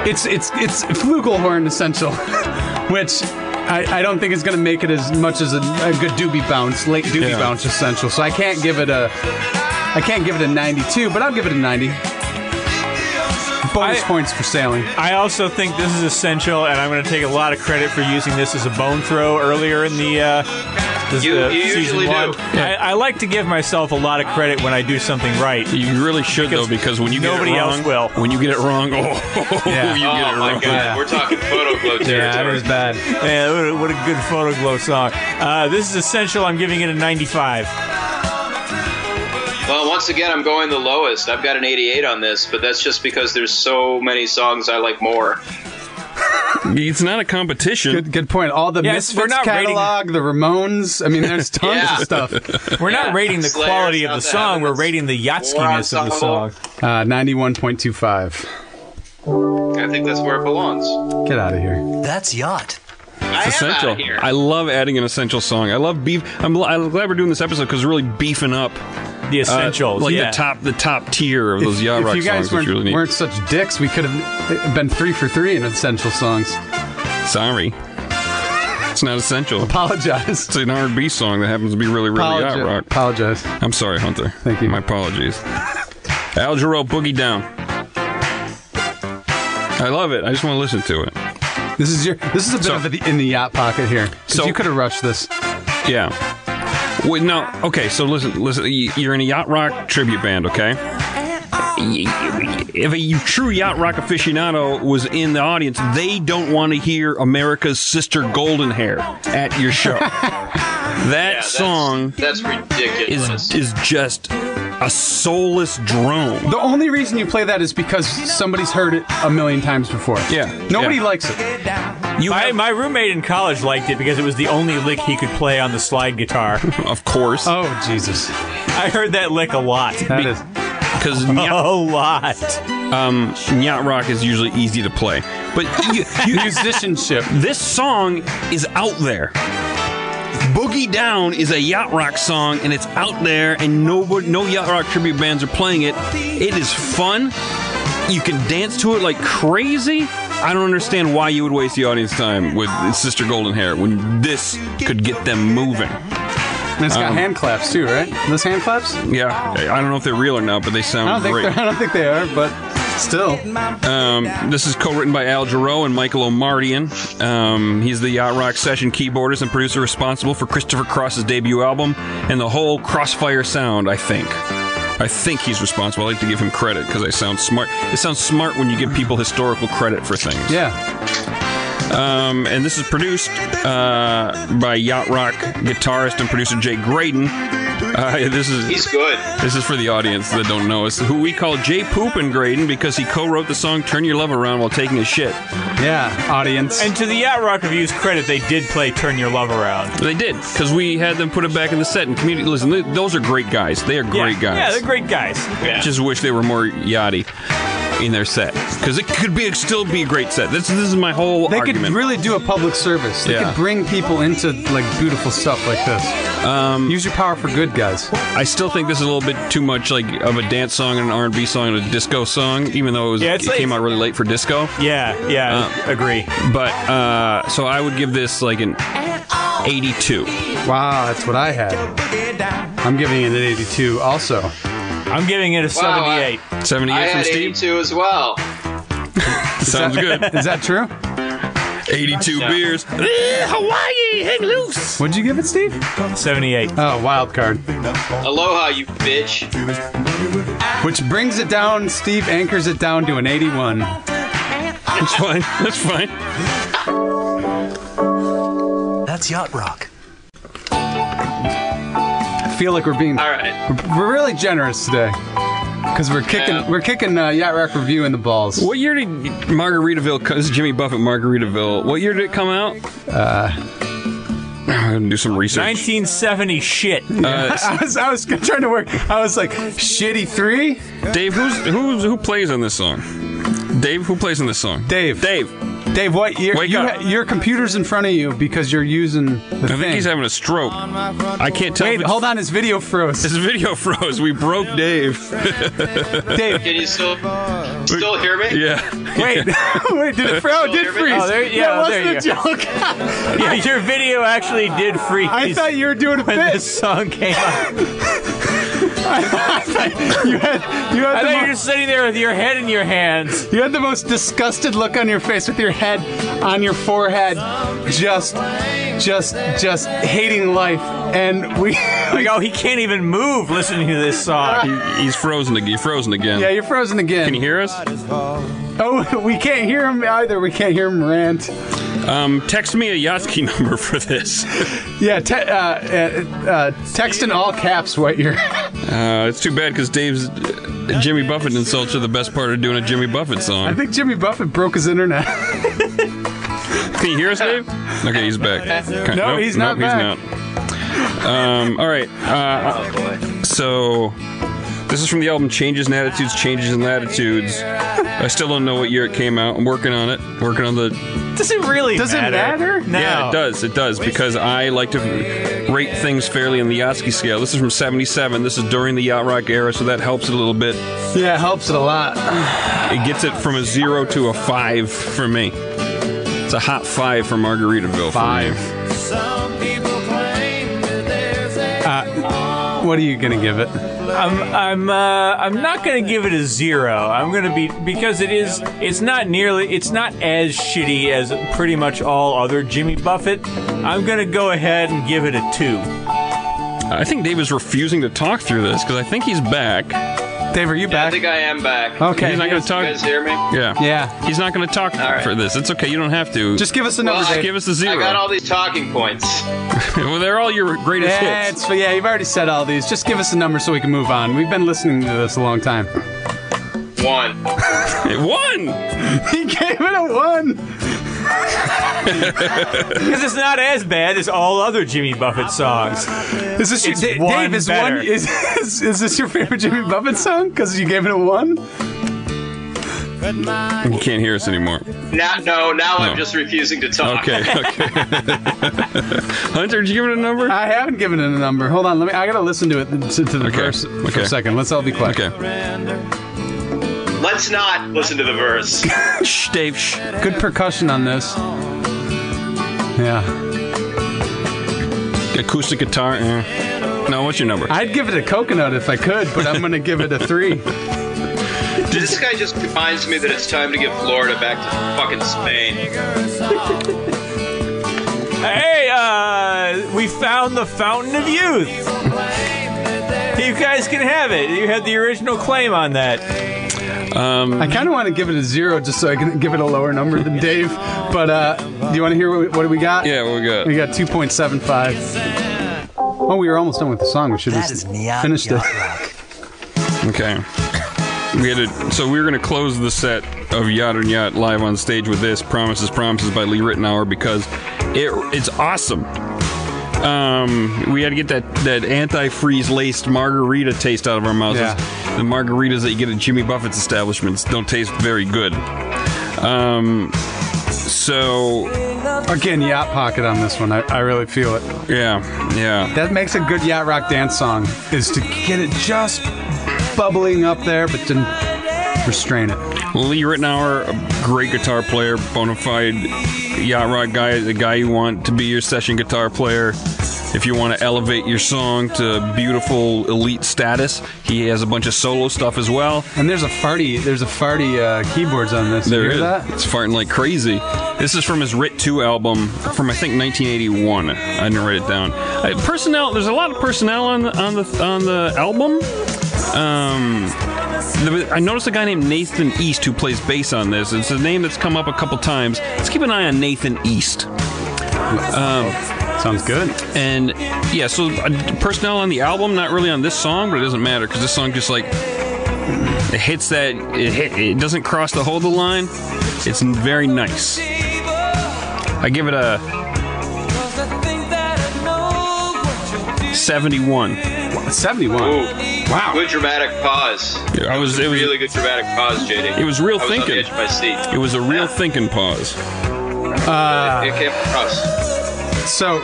Speaker 4: It's it's it's flugelhorn essential, which. I, I don't think it's going to make it as much as a, a good doobie bounce, late doobie
Speaker 2: Yeah.
Speaker 4: bounce essential. So I can't give it a, I can't give it a 92, but I'll give it a 90. Bonus
Speaker 5: I-
Speaker 4: points for sailing.
Speaker 5: I also think this is essential, and I'm going to take a lot of credit for using this as a bone throw earlier in the. Uh, this-
Speaker 3: You-
Speaker 5: the
Speaker 3: you
Speaker 5: season
Speaker 3: usually do.
Speaker 5: one. I, I like to give myself a lot of credit when I do something right.
Speaker 2: You really should
Speaker 5: Because
Speaker 2: though, because when you get
Speaker 5: nobody
Speaker 2: it
Speaker 5: else
Speaker 2: wrong,
Speaker 5: will.
Speaker 2: when you get it wrong, oh,
Speaker 4: Yeah.
Speaker 2: you get
Speaker 3: oh
Speaker 2: it
Speaker 3: my
Speaker 2: wrong.
Speaker 3: god, we're talking photo glow territory.
Speaker 4: bad.
Speaker 5: Yeah, what a, what a good photo glow song. Uh, this is essential. I'm giving it a 95.
Speaker 3: well, once again, I'm going the lowest. I've got an 88 on this, but that's just because there's so many songs I like more.
Speaker 2: It's not a competition.
Speaker 4: Good, good point. All the
Speaker 5: Yeah, we're
Speaker 4: Misfits
Speaker 5: not rating-
Speaker 4: catalog, the Ramones. I mean, there's tons
Speaker 3: Yeah.
Speaker 4: of stuff.
Speaker 5: We're
Speaker 3: Yeah,
Speaker 5: not rating the
Speaker 3: Slayer,
Speaker 5: quality
Speaker 3: Sound
Speaker 5: of the
Speaker 3: of
Speaker 5: song. We're
Speaker 3: Heaven,
Speaker 5: rating the yachtskiness of the
Speaker 3: War
Speaker 5: song.
Speaker 3: Ensemble.
Speaker 4: Uh, 91.25.
Speaker 3: I think that's where it belongs.
Speaker 4: Get out of here.
Speaker 6: That's yacht.
Speaker 3: I am
Speaker 2: essential.
Speaker 3: outta here.
Speaker 2: I love adding an essential song. I love beef. I'm, I'm glad we're doing this episode because really beefing up uh,
Speaker 5: The essentials.
Speaker 2: like
Speaker 5: yeah.
Speaker 2: the top, the top tier of those yacht
Speaker 4: if
Speaker 2: rock
Speaker 4: you guys
Speaker 2: songs.
Speaker 4: weren't,
Speaker 2: which really neat.
Speaker 4: weren't such dicks, we could have been three for three in essential songs.
Speaker 2: Sorry, it's not essential.
Speaker 4: Apologize.
Speaker 2: It's an R&B song that happens to be really, really
Speaker 4: Apologize.
Speaker 2: yacht rock.
Speaker 4: Apologize.
Speaker 2: I'm sorry, Hunter.
Speaker 4: Thank you.
Speaker 2: My apologies. Al Jarreau, Boogie Down. I love it. I just want to listen to it.
Speaker 4: This is your. This is a bit
Speaker 2: So-
Speaker 4: of it in the yacht pocket here. 'Cause
Speaker 2: So-
Speaker 4: you could have rushed this.
Speaker 2: Yeah. Wait, no. Okay, so listen, listen. y- You're in a yacht rock tribute band, okay? Y- y- If a y- true yacht rock aficionado was in the audience, they don't want to hear America's Sister Golden Hair at your show. that
Speaker 3: Yeah, that's-
Speaker 2: song
Speaker 3: That's
Speaker 2: is
Speaker 3: ridiculous.
Speaker 2: is just a soulless drone.
Speaker 4: The only reason you play that is because somebody's heard it a million times before.
Speaker 2: Yeah.
Speaker 4: Nobody
Speaker 2: Yeah.
Speaker 4: likes it.
Speaker 2: You
Speaker 5: my,
Speaker 2: have-
Speaker 5: my roommate in college liked it because it was the only lick he could play on the slide guitar.
Speaker 2: of course,
Speaker 4: Oh Jesus.
Speaker 5: I heard that lick a lot.
Speaker 4: That is.
Speaker 2: because
Speaker 5: A lot.
Speaker 2: um, yacht rock is usually easy to play, but you, you,
Speaker 4: Musicianship.
Speaker 2: this song is out there. Boogie Down is a yacht rock song, and it's out there, and nobody, no yacht rock tribute bands are playing it. It is fun. You can dance to it like crazy. I don't understand why you would waste the audience time with Sister Golden Hair when this could get them moving.
Speaker 4: And it's got
Speaker 2: Um,
Speaker 4: hand claps too, right? Those hand claps? I
Speaker 2: Yeah, I don't know if they're real or not, but they
Speaker 4: don't
Speaker 2: sound
Speaker 4: think
Speaker 2: great.
Speaker 4: they're- I don't think they are, but still.
Speaker 2: Um, this is co-written by Al Jarreau and Michael O'Mardian. Um, he's the Yacht Rock session keyboardist and producer responsible for Christopher Cross's debut album and the whole Crossfire sound. I think. I think he's responsible. I like to give him credit because I sound smart. It sounds smart when you give people historical credit for things.
Speaker 4: Yeah.
Speaker 2: Um, and this is produced uh, by Yacht Rock guitarist and producer Jay Graydon. Uh, this is
Speaker 3: He's good.
Speaker 2: this is for the audience that don't know us, who we call Jay Poop and Graydon because he co-wrote the song "Turn Your Love Around" while taking a shit.
Speaker 4: Yeah. Audience.
Speaker 5: And to the Yacht Rock Review's credit, they did play "Turn Your Love Around."
Speaker 2: They did because we had them put it back in the set. And community, listen, th those are great guys. They are great
Speaker 5: yeah.
Speaker 2: guys.
Speaker 5: Yeah, they're great guys.
Speaker 2: Just wish they were more yachty in their set because it could be still be a great set. This this is my whole
Speaker 4: they
Speaker 2: argument.
Speaker 4: could really do a public service. They
Speaker 2: Yeah.
Speaker 4: could bring people into like beautiful stuff like this. Um, Use your power for good, guys.
Speaker 2: I still think this is a little bit too much like of a dance song and an R and B song and a disco song, even though it, was,
Speaker 5: Yeah, it's
Speaker 2: it
Speaker 5: like-
Speaker 2: came out really late for disco.
Speaker 5: Yeah, yeah, agree.
Speaker 2: But uh, so I would give this like an 82.
Speaker 4: Wow, that's what I had. I'm giving it an 82. Also,
Speaker 5: I'm giving it a
Speaker 3: Wow, I-
Speaker 5: 78.
Speaker 2: 78
Speaker 3: I
Speaker 2: from
Speaker 3: had
Speaker 2: Steve.
Speaker 3: 82 as well.
Speaker 2: Sounds good.
Speaker 4: is that true?
Speaker 2: 82
Speaker 3: Yeah.
Speaker 2: beers. Eh, Hawaii, hang loose.
Speaker 4: What'd you give it, Steve?
Speaker 5: 78.
Speaker 4: Oh, wild card.
Speaker 3: Aloha, you bitch.
Speaker 4: Which brings it down. Steve anchors it down to an 81.
Speaker 2: That's fine. That's fine.
Speaker 6: That's Yacht Rock.
Speaker 4: I feel like we're being
Speaker 3: All right.
Speaker 4: we're really generous today because we're kicking
Speaker 3: Yeah.
Speaker 4: we're kicking uh, Yacht Rock review in the balls.
Speaker 2: What year did Margaritaville? co- This is Jimmy Buffett, Margaritaville. What year did it come out? Uh, I'm gonna do some research.
Speaker 5: 1970 shit.
Speaker 4: I was I was trying to work. I was like shitty three.
Speaker 2: Dave, who's who's who plays on this song? Dave, who plays on this song?
Speaker 4: Dave.
Speaker 2: Dave.
Speaker 4: Dave, what year?
Speaker 2: Wake
Speaker 4: you
Speaker 2: up.
Speaker 4: your computer's in front of you because you're using the
Speaker 2: I
Speaker 4: thing.
Speaker 2: think he's having a stroke.
Speaker 4: Um,
Speaker 2: I can't tell.
Speaker 4: Wait, hold on. His video froze.
Speaker 2: This video froze. We broke Dave.
Speaker 4: Dave,
Speaker 3: Can you still still hear me?
Speaker 2: yeah.
Speaker 4: wait, wait. Did it froze? Oh, it did
Speaker 3: Still hear me?
Speaker 4: freeze.
Speaker 5: Oh, there- yeah,
Speaker 4: that wasn't
Speaker 5: there you
Speaker 4: a joke.
Speaker 5: Yeah, your video actually did freeze.
Speaker 4: I thought you were doing a
Speaker 5: when
Speaker 4: bit.
Speaker 5: this song came out.
Speaker 4: You had you
Speaker 5: I
Speaker 4: had the
Speaker 5: thought you were
Speaker 4: mo-
Speaker 5: just sitting there with your head in your hands.
Speaker 4: you had the most disgusted look on your face with your head on your forehead, just just just hating life. And we,
Speaker 5: Like, oh, he can't even move listening to this song.
Speaker 2: He- he's frozen again. He's frozen again.
Speaker 4: yeah, you're frozen again.
Speaker 2: Can you hear us?
Speaker 4: oh, we can't hear him either. We can't hear him rant.
Speaker 2: Um, text me a Yatsky number for this.
Speaker 4: Yeah, te- uh, uh, uh, text in all caps what you're.
Speaker 2: Uh, it's too bad because Dave's uh, Jimmy Buffett insults are the best part of doing a Jimmy Buffett
Speaker 4: I
Speaker 2: song.
Speaker 4: think Jimmy Buffett broke his internet.
Speaker 2: Can you hear us, Dave? Okay, he's back. Okay,
Speaker 4: No, he's not
Speaker 2: Nope, he's not. Um, all right. Uh, so this is from the album Changes in Attitudes, Changes in Latitudes. I still don't know what year it came out. I'm working on it. Working on the.
Speaker 5: Does it really
Speaker 4: Does it matter?
Speaker 5: No.
Speaker 2: Yeah, it does. It does because I like to rate things fairly in the Yatsky scale. This is from '77. This is during the yacht rock era, so that helps it a little bit.
Speaker 4: yeah, it helps it a lot.
Speaker 2: It gets it from a zero to a five for me. It's a hot five for Margaritaville. Five.
Speaker 5: Uh,
Speaker 4: What are you gonna give it?
Speaker 5: I'm I'm uh, I'm not gonna give it a zero. I'm gonna be because it is it's not nearly it's not as shitty as pretty much all other Jimmy Buffett. I'm gonna go ahead and give it a two.
Speaker 2: I think Dave is refusing to talk through this because I think he's back.
Speaker 4: Dave, are you
Speaker 3: I
Speaker 4: back?
Speaker 3: think I am back.
Speaker 4: okay.
Speaker 2: He's not going to
Speaker 3: You
Speaker 2: talk.
Speaker 3: guys hear me?
Speaker 2: Yeah.
Speaker 4: yeah.
Speaker 2: He's not going to talk
Speaker 3: right.
Speaker 2: for this. It's okay. You don't have to.
Speaker 4: Just give us a
Speaker 3: Well,
Speaker 4: number.
Speaker 3: I-
Speaker 4: Dave.
Speaker 2: give us a zero.
Speaker 3: I got all these talking points.
Speaker 2: well, they're all your greatest
Speaker 4: yeah,
Speaker 2: hits.
Speaker 4: it's, yeah, you've already said all these. Just give us a number so we can move on. We've been listening to this a long time.
Speaker 3: One.
Speaker 2: It won.
Speaker 4: he gave it a one.
Speaker 5: Because it's not as bad as all other Jimmy Buffett songs.
Speaker 4: Is this your,
Speaker 5: It's
Speaker 4: Da-
Speaker 5: one
Speaker 4: Dave? Is
Speaker 5: better.
Speaker 4: one is, is is this your favorite Jimmy Buffett song? Because you gave it a one.
Speaker 2: You can't hear us anymore.
Speaker 3: Now, no,
Speaker 2: No.
Speaker 3: now I'm just refusing to talk.
Speaker 2: Okay, okay. Hunter, did you give it a number?
Speaker 4: I haven't given it a number. Hold on, let me. I gotta listen to it to, to the
Speaker 2: Okay,
Speaker 4: verse for
Speaker 2: okay.
Speaker 4: a second. Let's all be quiet.
Speaker 2: Okay.
Speaker 3: Let's not listen to the verse.
Speaker 2: Shh, Dave. Shh.
Speaker 4: Good percussion on this. Yeah,
Speaker 2: Acoustic guitar. eh. No, what's your number?
Speaker 4: I'd give it a coconut if I could, but I'm gonna give it a three.
Speaker 3: this guy just reminds me that it's time to get Florida back to fucking Spain.
Speaker 5: Hey, uh, we found the Fountain of Youth. you guys can have it. You had the original claim on that.
Speaker 4: I kind of want to give it a zero just so I can give it a lower number than Dave. But uh, do you want to hear what, what we got?
Speaker 2: Yeah, what we got?
Speaker 4: We got 2.75. Oh, we were almost done with the song. We should have
Speaker 6: That is
Speaker 4: s-
Speaker 6: neon
Speaker 4: finished it.
Speaker 6: yacht rock.
Speaker 2: Okay. We had to, so we were going to close the set of Yacht and Yacht live on stage with this "Promises, Promises" by Lee Ritenour because it it's awesome. Um, we had to get that that antifreeze laced margarita taste out of our mouths.
Speaker 4: Yeah.
Speaker 2: The margaritas that you get at Jimmy Buffett's establishments don't taste very good. Um, so
Speaker 4: Again, yacht pocket on this one. I, I really feel it.
Speaker 2: yeah, yeah.
Speaker 4: That makes a good yacht rock dance song. Is to get it just bubbling up there, but then restrain it.
Speaker 2: Lee Ritenour, a great guitar player, bona fide yacht rock guy, the guy you want to be your session guitar player. If you want to elevate your song to beautiful elite status, he has a bunch of solo stuff as well.
Speaker 4: And there's a farty. There's a farty uh, keyboards on this.
Speaker 2: There
Speaker 4: you
Speaker 2: it
Speaker 4: hear
Speaker 2: is.
Speaker 4: that?
Speaker 2: It's farting like crazy. This is from his Rit 2 album from I think 1981. I didn't write it down. Uh, personnel. There's a lot of personnel on the on the on the album. Um, there was- I noticed a guy named Nathan East who plays bass on this. It's a name that's come up a couple times. Let's keep an eye on Nathan East.
Speaker 4: Sounds good.
Speaker 2: And yeah, so uh, personnel on the album, not really on this song, but it doesn't matter because this song just like it hits that it hit, it doesn't cross the hold the line. It's very nice. I give it a 71.
Speaker 4: 71.
Speaker 3: Ooh.
Speaker 4: Wow.
Speaker 3: Good dramatic pause.
Speaker 2: I was it was
Speaker 3: Really good dramatic pause, JD.
Speaker 2: It was real
Speaker 3: I was
Speaker 2: thinking.
Speaker 3: On the edge of my seat.
Speaker 2: it was a real
Speaker 3: Yeah.
Speaker 2: thinking pause. Ah.
Speaker 3: It came across.
Speaker 4: So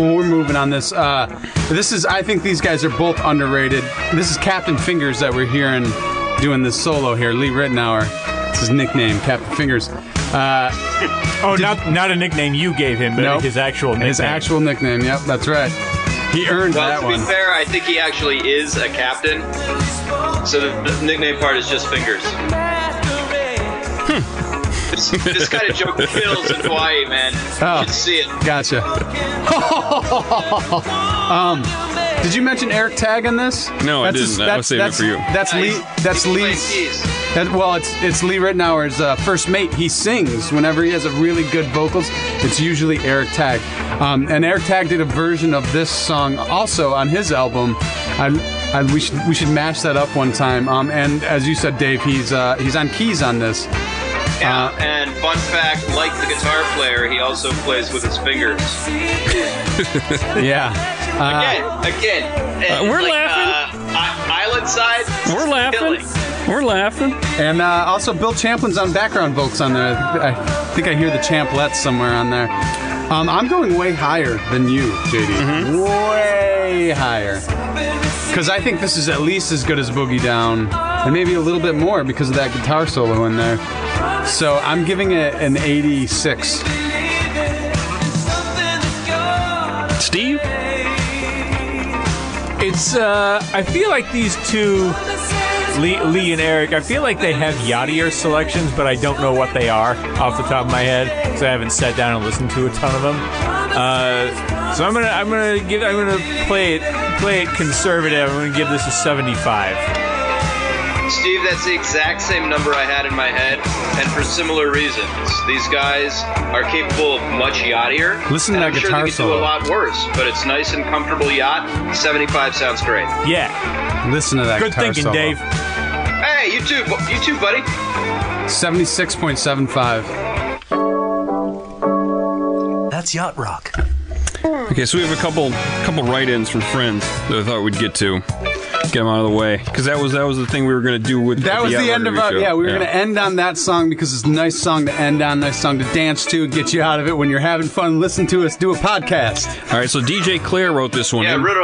Speaker 4: we're moving on this. Uh, this is, I think these guys are both underrated. This is Captain Fingers that we're hearing doing this solo here. Lee Ritenour, it's his nickname, Captain Fingers. Uh,
Speaker 5: Oh, not not a nickname you gave him, but
Speaker 4: Nope.
Speaker 5: his actual nickname.
Speaker 4: his actual nickname, yep, that's right. He earned
Speaker 3: Well,
Speaker 4: that
Speaker 3: to be
Speaker 4: one.
Speaker 3: fair, I think he actually is a captain. So the, the nickname part is just fingers. this, this kind of joke kills in Hawaii, man.
Speaker 4: Oh.
Speaker 3: You should see it.
Speaker 4: Gotcha. um, did you mention Eric Tag in this?
Speaker 2: No, I
Speaker 4: his-
Speaker 2: didn't. I was saving it
Speaker 4: that's,
Speaker 2: for you.
Speaker 4: That's
Speaker 3: Yeah,
Speaker 4: Lee.
Speaker 3: he's-
Speaker 4: That's
Speaker 3: he's playing
Speaker 4: Lee's.
Speaker 3: keys.
Speaker 4: That, well, it's it's Lee Ritenour's uh, first mate. He sings whenever he has a really good vocals. It's usually Eric Tag, um, and Eric Tag did a version of this song also on his album. I, I, we should we should mash that up one time. Um, and as you said, Dave, he's uh, he's on keys on this. uh,
Speaker 3: Yeah, and fun fact, like the guitar player, he also plays with his fingers.
Speaker 4: Yeah, Uh,
Speaker 3: Again, again.
Speaker 2: Uh, we're
Speaker 3: like,
Speaker 2: laughing.
Speaker 3: Uh, I- island side.
Speaker 2: We're laughing.
Speaker 3: killing.
Speaker 2: We're laughing.
Speaker 4: and uh, also Bill Champlin's on background vocals on there. I think I, think I hear the Champlets somewhere on there. Um, I'm going way higher than you, JD.
Speaker 5: Mm-hmm.
Speaker 4: Way higher. Because I think this is at least as good as Boogie Down, and maybe a little bit more because of that guitar solo in there. So I'm giving it an 86.
Speaker 2: Steve,
Speaker 5: It's uh, I feel like these two, Lee, Lee and Eric. I feel like they have yachtier selections, but I don't know what they are off the top of my head because I haven't sat down and listened to a ton of them. Uh, so I'm gonna I'm gonna give I'm gonna play it play it conservative. I'm gonna give this a 75.
Speaker 3: Steve, that's the exact same number I had in my head, and for similar reasons. These guys are capable of much yachtier.
Speaker 4: Listen to
Speaker 3: and
Speaker 4: that
Speaker 3: I'm
Speaker 4: guitar
Speaker 3: sure they could do
Speaker 4: solo.
Speaker 3: a lot worse, but it's nice and comfortable yacht. 75 sounds great.
Speaker 5: Yeah,
Speaker 4: Listen to that.
Speaker 5: good
Speaker 4: guitar
Speaker 5: thinking,
Speaker 4: solo.
Speaker 5: Dave.
Speaker 3: Hey, you too, bu- you too, buddy.
Speaker 4: 76.75.
Speaker 6: That's yacht rock.
Speaker 2: Okay, so we have a couple couple write-ins from friends that I thought we'd get to. Get them out of the way because that was that was the thing we were gonna do with
Speaker 4: That was
Speaker 2: Yacht
Speaker 4: the end
Speaker 2: Rock
Speaker 4: of
Speaker 2: Review
Speaker 4: our.
Speaker 2: show.
Speaker 4: Yeah, we were going to end on that song because it's a nice song to end on, nice song to dance to, get you out of it when you're having fun. Listen to us do a podcast.
Speaker 2: All right, so DJ Claire wrote this one.
Speaker 3: Yeah,
Speaker 2: Him-
Speaker 3: real,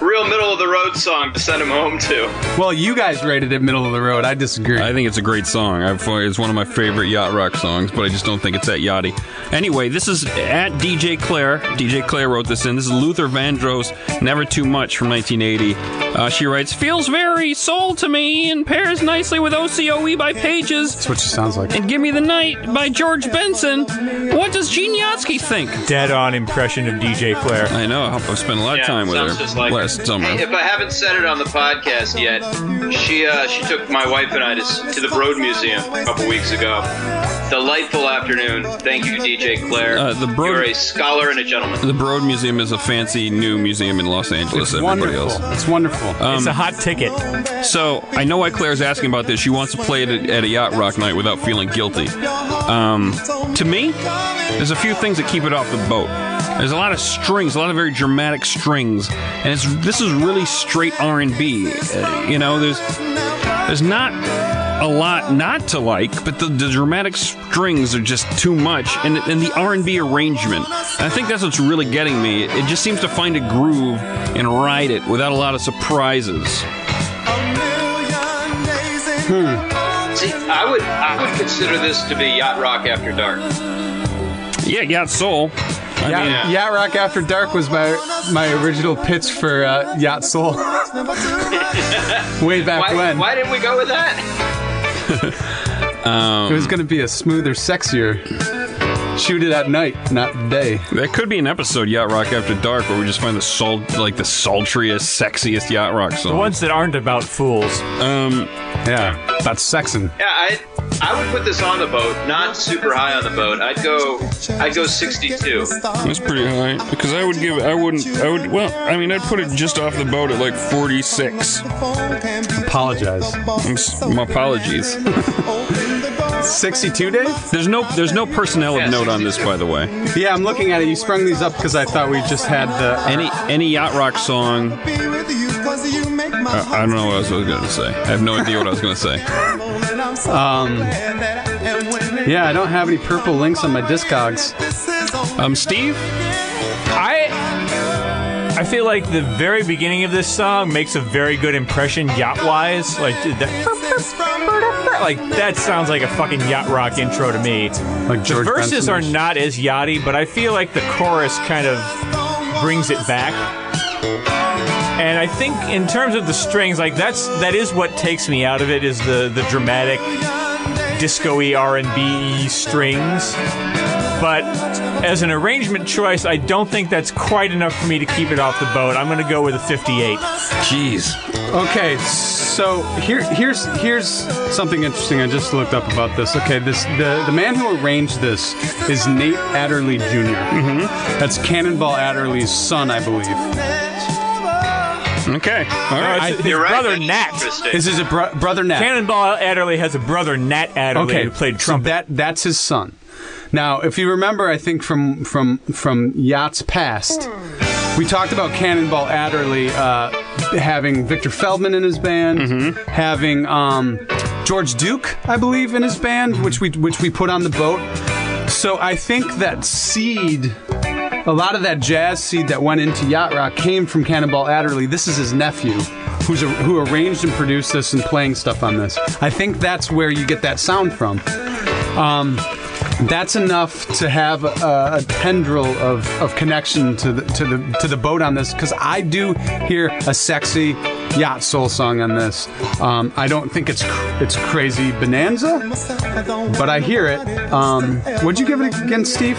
Speaker 3: real middle of the road song to send him home to.
Speaker 4: Well, you guys rated it middle of the road. I disagree.
Speaker 2: I think it's a great song. I've, it's one of my favorite yacht rock songs, but I just don't think it's that yachty. Anyway, this is at DJ Claire. DJ Claire wrote this in. This is Luther Vandross, "Never Too Much" from 1980. Uh, she writes, "Feels very soul to me and pairs nicely with OCOE E by Pages."
Speaker 4: That's what she sounds like.
Speaker 2: And Give Me the Night by George Benson. What does Gene Yatsky think?
Speaker 5: Dead on impression of DJ Claire.
Speaker 2: I know. I've spent a lot of time with
Speaker 3: sounds
Speaker 2: her
Speaker 3: just like
Speaker 2: last
Speaker 3: it.
Speaker 2: summer.
Speaker 3: Hey, if I haven't said it on the podcast yet, she uh, she took my wife and I to, s- to the Broad Museum a couple weeks ago. Delightful afternoon. Thank you, DJ Claire.
Speaker 2: Uh, the Broad-
Speaker 3: You're a scholar and a gentleman.
Speaker 2: The Broad Museum is a fancy new museum in Los Angeles.
Speaker 4: It's
Speaker 2: Everybody
Speaker 4: wonderful.
Speaker 2: else.
Speaker 4: It's wonderful.
Speaker 5: it's a hot ticket.
Speaker 2: So I know why Claire's asking about this. She wants to play it at, at a yacht rock night without feeling guilty. Um, to me, there's a few things that keep it off the boat. There's a lot of strings, a lot of very dramatic strings, and it's this is really straight R and B. Uh, you know, there's there's not a lot not to like, but the, the dramatic strings are just too much, and, and the R and B arrangement. And I think that's what's really getting me. It just seems to find a groove and ride it without a lot of surprises.
Speaker 3: See, I would I would consider this to be yacht rock after dark.
Speaker 2: Yeah, yeah, it's soul. I
Speaker 4: Yacht,
Speaker 2: mean,
Speaker 3: yeah.
Speaker 4: Yacht Rock After Dark was my my original pitch for uh, Yacht Soul. Way back
Speaker 3: Why,
Speaker 4: when.
Speaker 3: why didn't we go with that?
Speaker 4: It was going to be a smoother, sexier shoot it at night, not day.
Speaker 2: that could be an episode, Yacht Rock After Dark, where we just find the salt, like the sultriest, sexiest yacht rock
Speaker 5: The
Speaker 2: song.
Speaker 5: ones that aren't about fools.
Speaker 2: Um,
Speaker 4: Yeah, that's sexing.
Speaker 3: Yeah, I I would put this on the boat, not super high on the boat. I'd go I'd go 62.
Speaker 2: that's pretty high because I would give, I wouldn't, I would, well, I mean, I'd put it just off the boat at like 46.
Speaker 4: Apologize.
Speaker 2: my apologies.
Speaker 4: 62 day?
Speaker 2: There's no, there's no personnel of
Speaker 3: Yeah,
Speaker 2: note on this,
Speaker 3: 62.
Speaker 2: by the way.
Speaker 4: Yeah, I'm looking at it. You sprung these up because I thought we just had the.
Speaker 2: Any, any yacht rock song. Uh, I don't know what else I was gonna say. I have no idea what I was gonna say.
Speaker 4: Um, yeah, I don't have any purple links on my Discogs.
Speaker 2: Um, Steve,
Speaker 5: I I feel like the very beginning of this song makes a very good impression yacht wise. Like dude, that, like that sounds like a fucking yacht rock intro to me.
Speaker 4: Like George
Speaker 5: the verses
Speaker 4: Benson.
Speaker 5: are not as yachty, but I feel like the chorus kind of brings it back. And I think in terms of the strings, like that's that is what takes me out of it is the the dramatic disco-y R&B strings. But as an arrangement choice, I don't think that's quite enough for me to keep it off the boat. I'm going to go with a 58.
Speaker 2: jeez,
Speaker 4: Okay, so here, here's here's something interesting I just looked up about this. Okay, this the, the man who arranged this is Nate Adderley junior Mm-hmm. That's Cannonball Adderley's son, I believe.
Speaker 2: okay, all right.
Speaker 5: No, it's- his
Speaker 3: You're right,
Speaker 5: brother
Speaker 3: that's
Speaker 5: Nat.
Speaker 3: interesting.
Speaker 4: Is his bro- brother Nat?
Speaker 5: Cannonball Adderley has a brother Nat Adderley
Speaker 4: okay,
Speaker 5: who played
Speaker 4: so
Speaker 5: trumpet.
Speaker 4: that that's his son. Now, if you remember, I think from from from Yacht's past, we talked about Cannonball Adderley uh, having Victor Feldman in his band,
Speaker 5: Mm-hmm.
Speaker 4: having um, George Duke, I believe, in his band, which we which we put on the boat. So I think that seed. A lot of that jazz seed that went into yacht rock came from Cannonball Adderley. This is his nephew, who's a, who arranged and produced this and playing stuff on this. I think that's where you get that sound from. Um, that's enough to have a, a tendril of, of connection to the to the to the boat on this because I do hear a sexy yacht soul song on this. Um, I don't think it's cr- it's crazy bonanza, but I hear it. Um, would you give it again, Steve?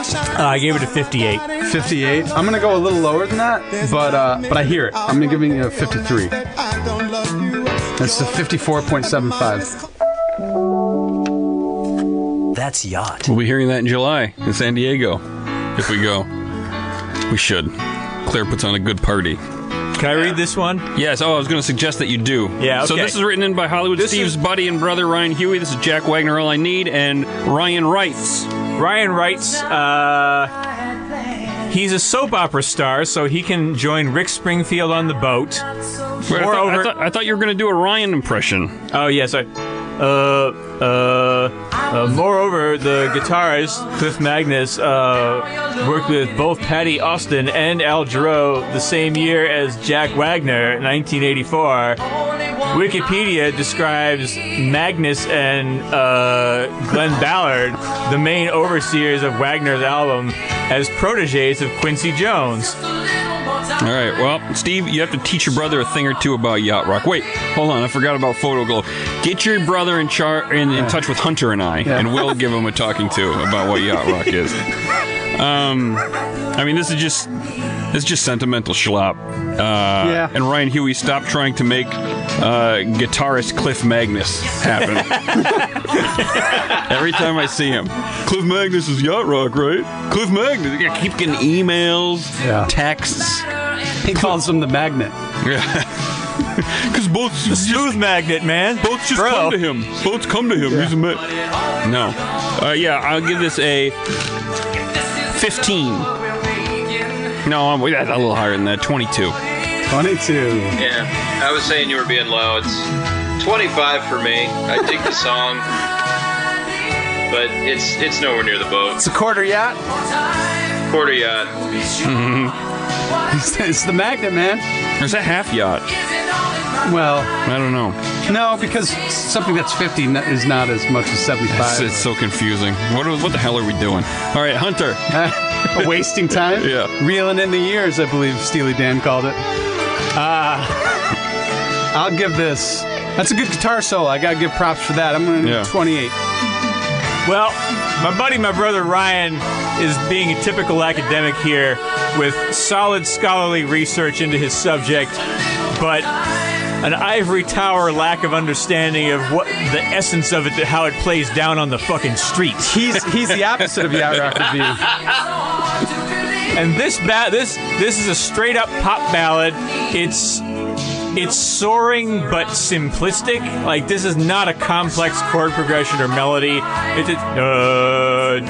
Speaker 5: Uh, I gave it a 58.
Speaker 4: 58. I'm gonna go a little lower than that, but uh, but I hear it. I'm gonna give it a 53. That's the 54.75.
Speaker 6: That's yacht.
Speaker 2: We'll be hearing that in July in San Diego. If we go, we should. Claire puts on a good party.
Speaker 5: Can I read this one?
Speaker 2: Yes. Oh, I was going to suggest that you do.
Speaker 5: Yeah,
Speaker 2: So
Speaker 5: okay.
Speaker 2: this is written in by Hollywood Steve's buddy and brother Ryan Huey. This is Jack Wagner. All I need and Ryan Wrights.
Speaker 5: Ryan writes, uh, He's a soap opera star, so he can join Rick Springfield on the
Speaker 2: Wait,
Speaker 5: boat.
Speaker 2: I,
Speaker 5: Or
Speaker 2: thought, I
Speaker 5: over-
Speaker 2: thought- I thought you were going to do a Ryan impression.
Speaker 5: Oh yeah, sorry. Uh, uh, uh, moreover, the guitarist Cliff Magnus uh, worked with both Patty Austin and Al Jarreau the same year as Jack Wagner, 1984. Wikipedia describes Magnus and uh, Glenn Ballard, the main overseers of Wagner's album, as proteges of Quincy Jones.
Speaker 2: All right, well, Steve, you have to teach your brother a thing or two about yacht rock. Wait, hold on, I forgot about Photo Glow. Get your brother in char in, in touch with Hunter and I, and we'll give him a talking to about what yacht rock is. Um, I mean, this is just this is just sentimental schlop. Uh,
Speaker 4: Yeah.
Speaker 2: And Ryan Huey, stop trying to make uh, guitarist Cliff Magnus happen. Every time I see him, Cliff Magnus is yacht rock, right? Cliff Magnus. I keep getting emails,
Speaker 4: Yeah.
Speaker 2: texts.
Speaker 4: He calls him the magnet.
Speaker 2: Yeah. Because both
Speaker 5: Smooth magnet, man.
Speaker 2: both just
Speaker 5: Bro.
Speaker 2: come to him. Boats come to him. He's a man. No. Uh, yeah, I'll give this a 15. No, I'm that's a little higher than that. 22.
Speaker 4: 22.
Speaker 3: Yeah, I was saying you were being low. It's 25 for me. I dig the song, but it's it's nowhere near the boat.
Speaker 4: It's a quarter yacht.
Speaker 3: Quarter yacht.
Speaker 4: It's, it's the magnet, man.
Speaker 2: Or is that half yacht?
Speaker 4: Well,
Speaker 2: I don't know.
Speaker 4: no, because something that's 50 n- is not as much as 75.
Speaker 2: It's, it's so confusing. What, are- what the hell are we doing? All right, Hunter.
Speaker 4: Wasting time?
Speaker 2: Yeah.
Speaker 4: Reeling in the years, I believe Steely Dan called it. Uh, Ah. I'll give this. That's a good guitar solo. I gotta give props for that. I'm gonna
Speaker 2: Yeah.
Speaker 4: give 28.
Speaker 5: Well, my buddy, my brother Ryan, is being a typical academic here with solid scholarly research into his subject, but an ivory tower lack of understanding of what the essence of it, how it plays down on the fucking street.
Speaker 4: He's he's the opposite of Yacht Rock Review.
Speaker 5: And this ba- this this is a straight up pop ballad. It's it's soaring but simplistic. Like this is not a complex chord progression or melody. It's it's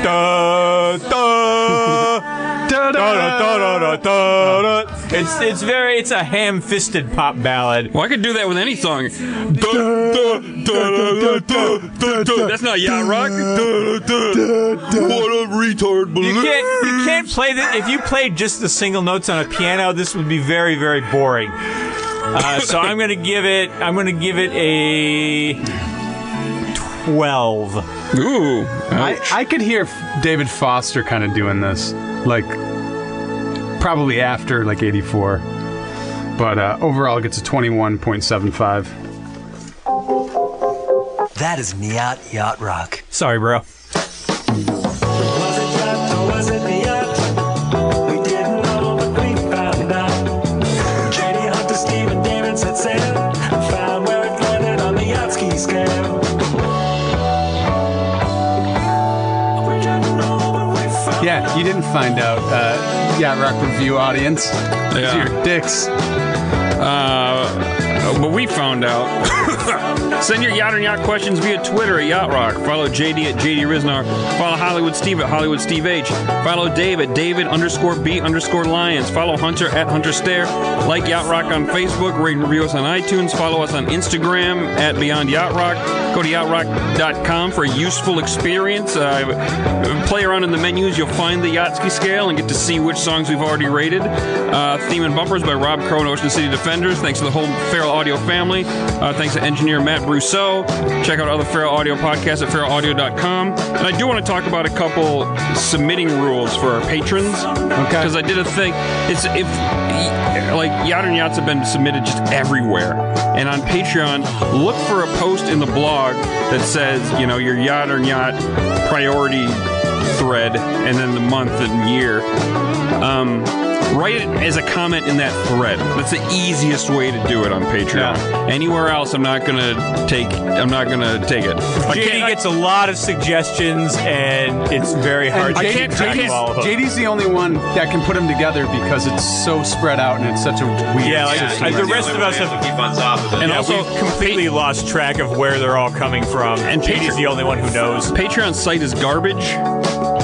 Speaker 5: da da da. Da, da, da, da, da, da. It's it's very it's a ham-fisted pop ballad.
Speaker 2: Well, I could do that with any song. That's not yacht rock. What a retard
Speaker 5: You can't you can't play that if you played just the single notes on a piano. This would be very very boring. Uh, so I'm gonna give it I'm gonna give it a twelve.
Speaker 2: Ooh.
Speaker 4: I, I could hear F- David Foster kind of doing this, like probably after like 84. But uh, overall, it gets a 21.75.
Speaker 6: That is Nyat Yacht Rock.
Speaker 5: Sorry, bro.
Speaker 7: Was it love or was it the yacht? We didn't know, but we found out. J.D. Hunter, Steve, and Damon set sail. And found where it landed on the yacht ski scale. We didn't know, but we found
Speaker 4: Yeah, you didn't find out, uh, Yacht Rock Review audience. These are your dicks.
Speaker 2: Uh, but we found out. Send your yacht and yacht questions via Twitter at Yacht Rock. Follow JD at JD Riznar. Follow Hollywood Steve at Hollywood Steve H. Follow Dave at David underscore B underscore Lions. Follow Hunter at Hunter Stare. Like Yacht Rock on Facebook. Rate and review us on iTunes. Follow us on Instagram at Beyond Yacht Rock. Go to yachtrock.com for a useful experience. Uh, play around in the menus. You'll find the Yachtsky scale and get to see which songs we've already rated. Uh, theme and bumpers by Rob Crow and Ocean City Defenders. Thanks to the whole Feral Audio family. Uh, thanks to engineer Matt Rousseau. Check out other Feral Audio podcasts at feralaudio.com. And I do want to talk about a couple submitting rules for our patrons.
Speaker 4: Okay.
Speaker 2: Because I did a thing. It's if like Yacht and Yachts have been submitted just everywhere. And on Patreon, look for a post in the blog that says, you know, your Yacht and Yacht priority thread and then the month and year um, write it as a comment in that thread. That's the easiest way to do it on Patreon. Anywhere else, I'm not gonna take. I'm not gonna take it. I
Speaker 5: JD
Speaker 2: can't,
Speaker 5: gets a lot of suggestions, and it's very hard to
Speaker 2: I
Speaker 5: keep
Speaker 2: can't-
Speaker 5: track
Speaker 2: I
Speaker 5: of all of them.
Speaker 4: JD's the only one that can put them together because it's so spread out and it's such a weird.
Speaker 5: Yeah, like,
Speaker 4: system.
Speaker 5: I- the
Speaker 3: We're
Speaker 5: rest
Speaker 3: only
Speaker 5: of us
Speaker 3: ones
Speaker 5: have-
Speaker 3: to keep on top of it.
Speaker 2: And
Speaker 5: yeah,
Speaker 2: also-
Speaker 5: we've completely lost track of where they're all coming from.
Speaker 2: And
Speaker 5: JD's
Speaker 2: Patreon-
Speaker 5: the only one who knows.
Speaker 2: Patreon site is garbage.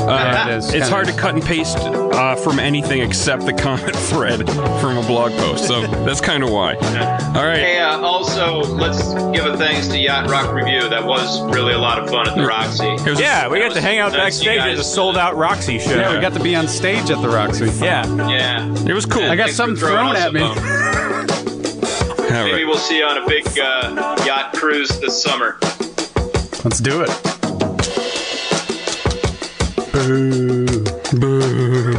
Speaker 2: Uh,
Speaker 4: it is.
Speaker 2: It's
Speaker 4: Kinda
Speaker 2: hard to
Speaker 4: is.
Speaker 2: cut and paste uh, from anything except the comment thread from a blog post. So that's kind of why. All right.
Speaker 3: Hey, uh, also, let's give a thanks to Yacht Rock Review. That was really a lot of fun at the Roxy.
Speaker 2: It was-
Speaker 5: Yeah, we got to hang out
Speaker 3: Nice to see you
Speaker 5: backstage at the
Speaker 3: guys.
Speaker 5: sold out Roxy show.
Speaker 4: Yeah, we got to be on stage at the Roxy.
Speaker 5: Yeah.
Speaker 3: Yeah.
Speaker 2: It was cool.
Speaker 4: I got
Speaker 3: Thanks
Speaker 4: something
Speaker 3: for throwing
Speaker 4: thrown
Speaker 3: us
Speaker 4: at
Speaker 3: a
Speaker 4: me.
Speaker 3: bone.
Speaker 2: All right.
Speaker 3: Maybe we'll see you on a big uh, yacht cruise this summer.
Speaker 4: Let's do it. Boo. Boo.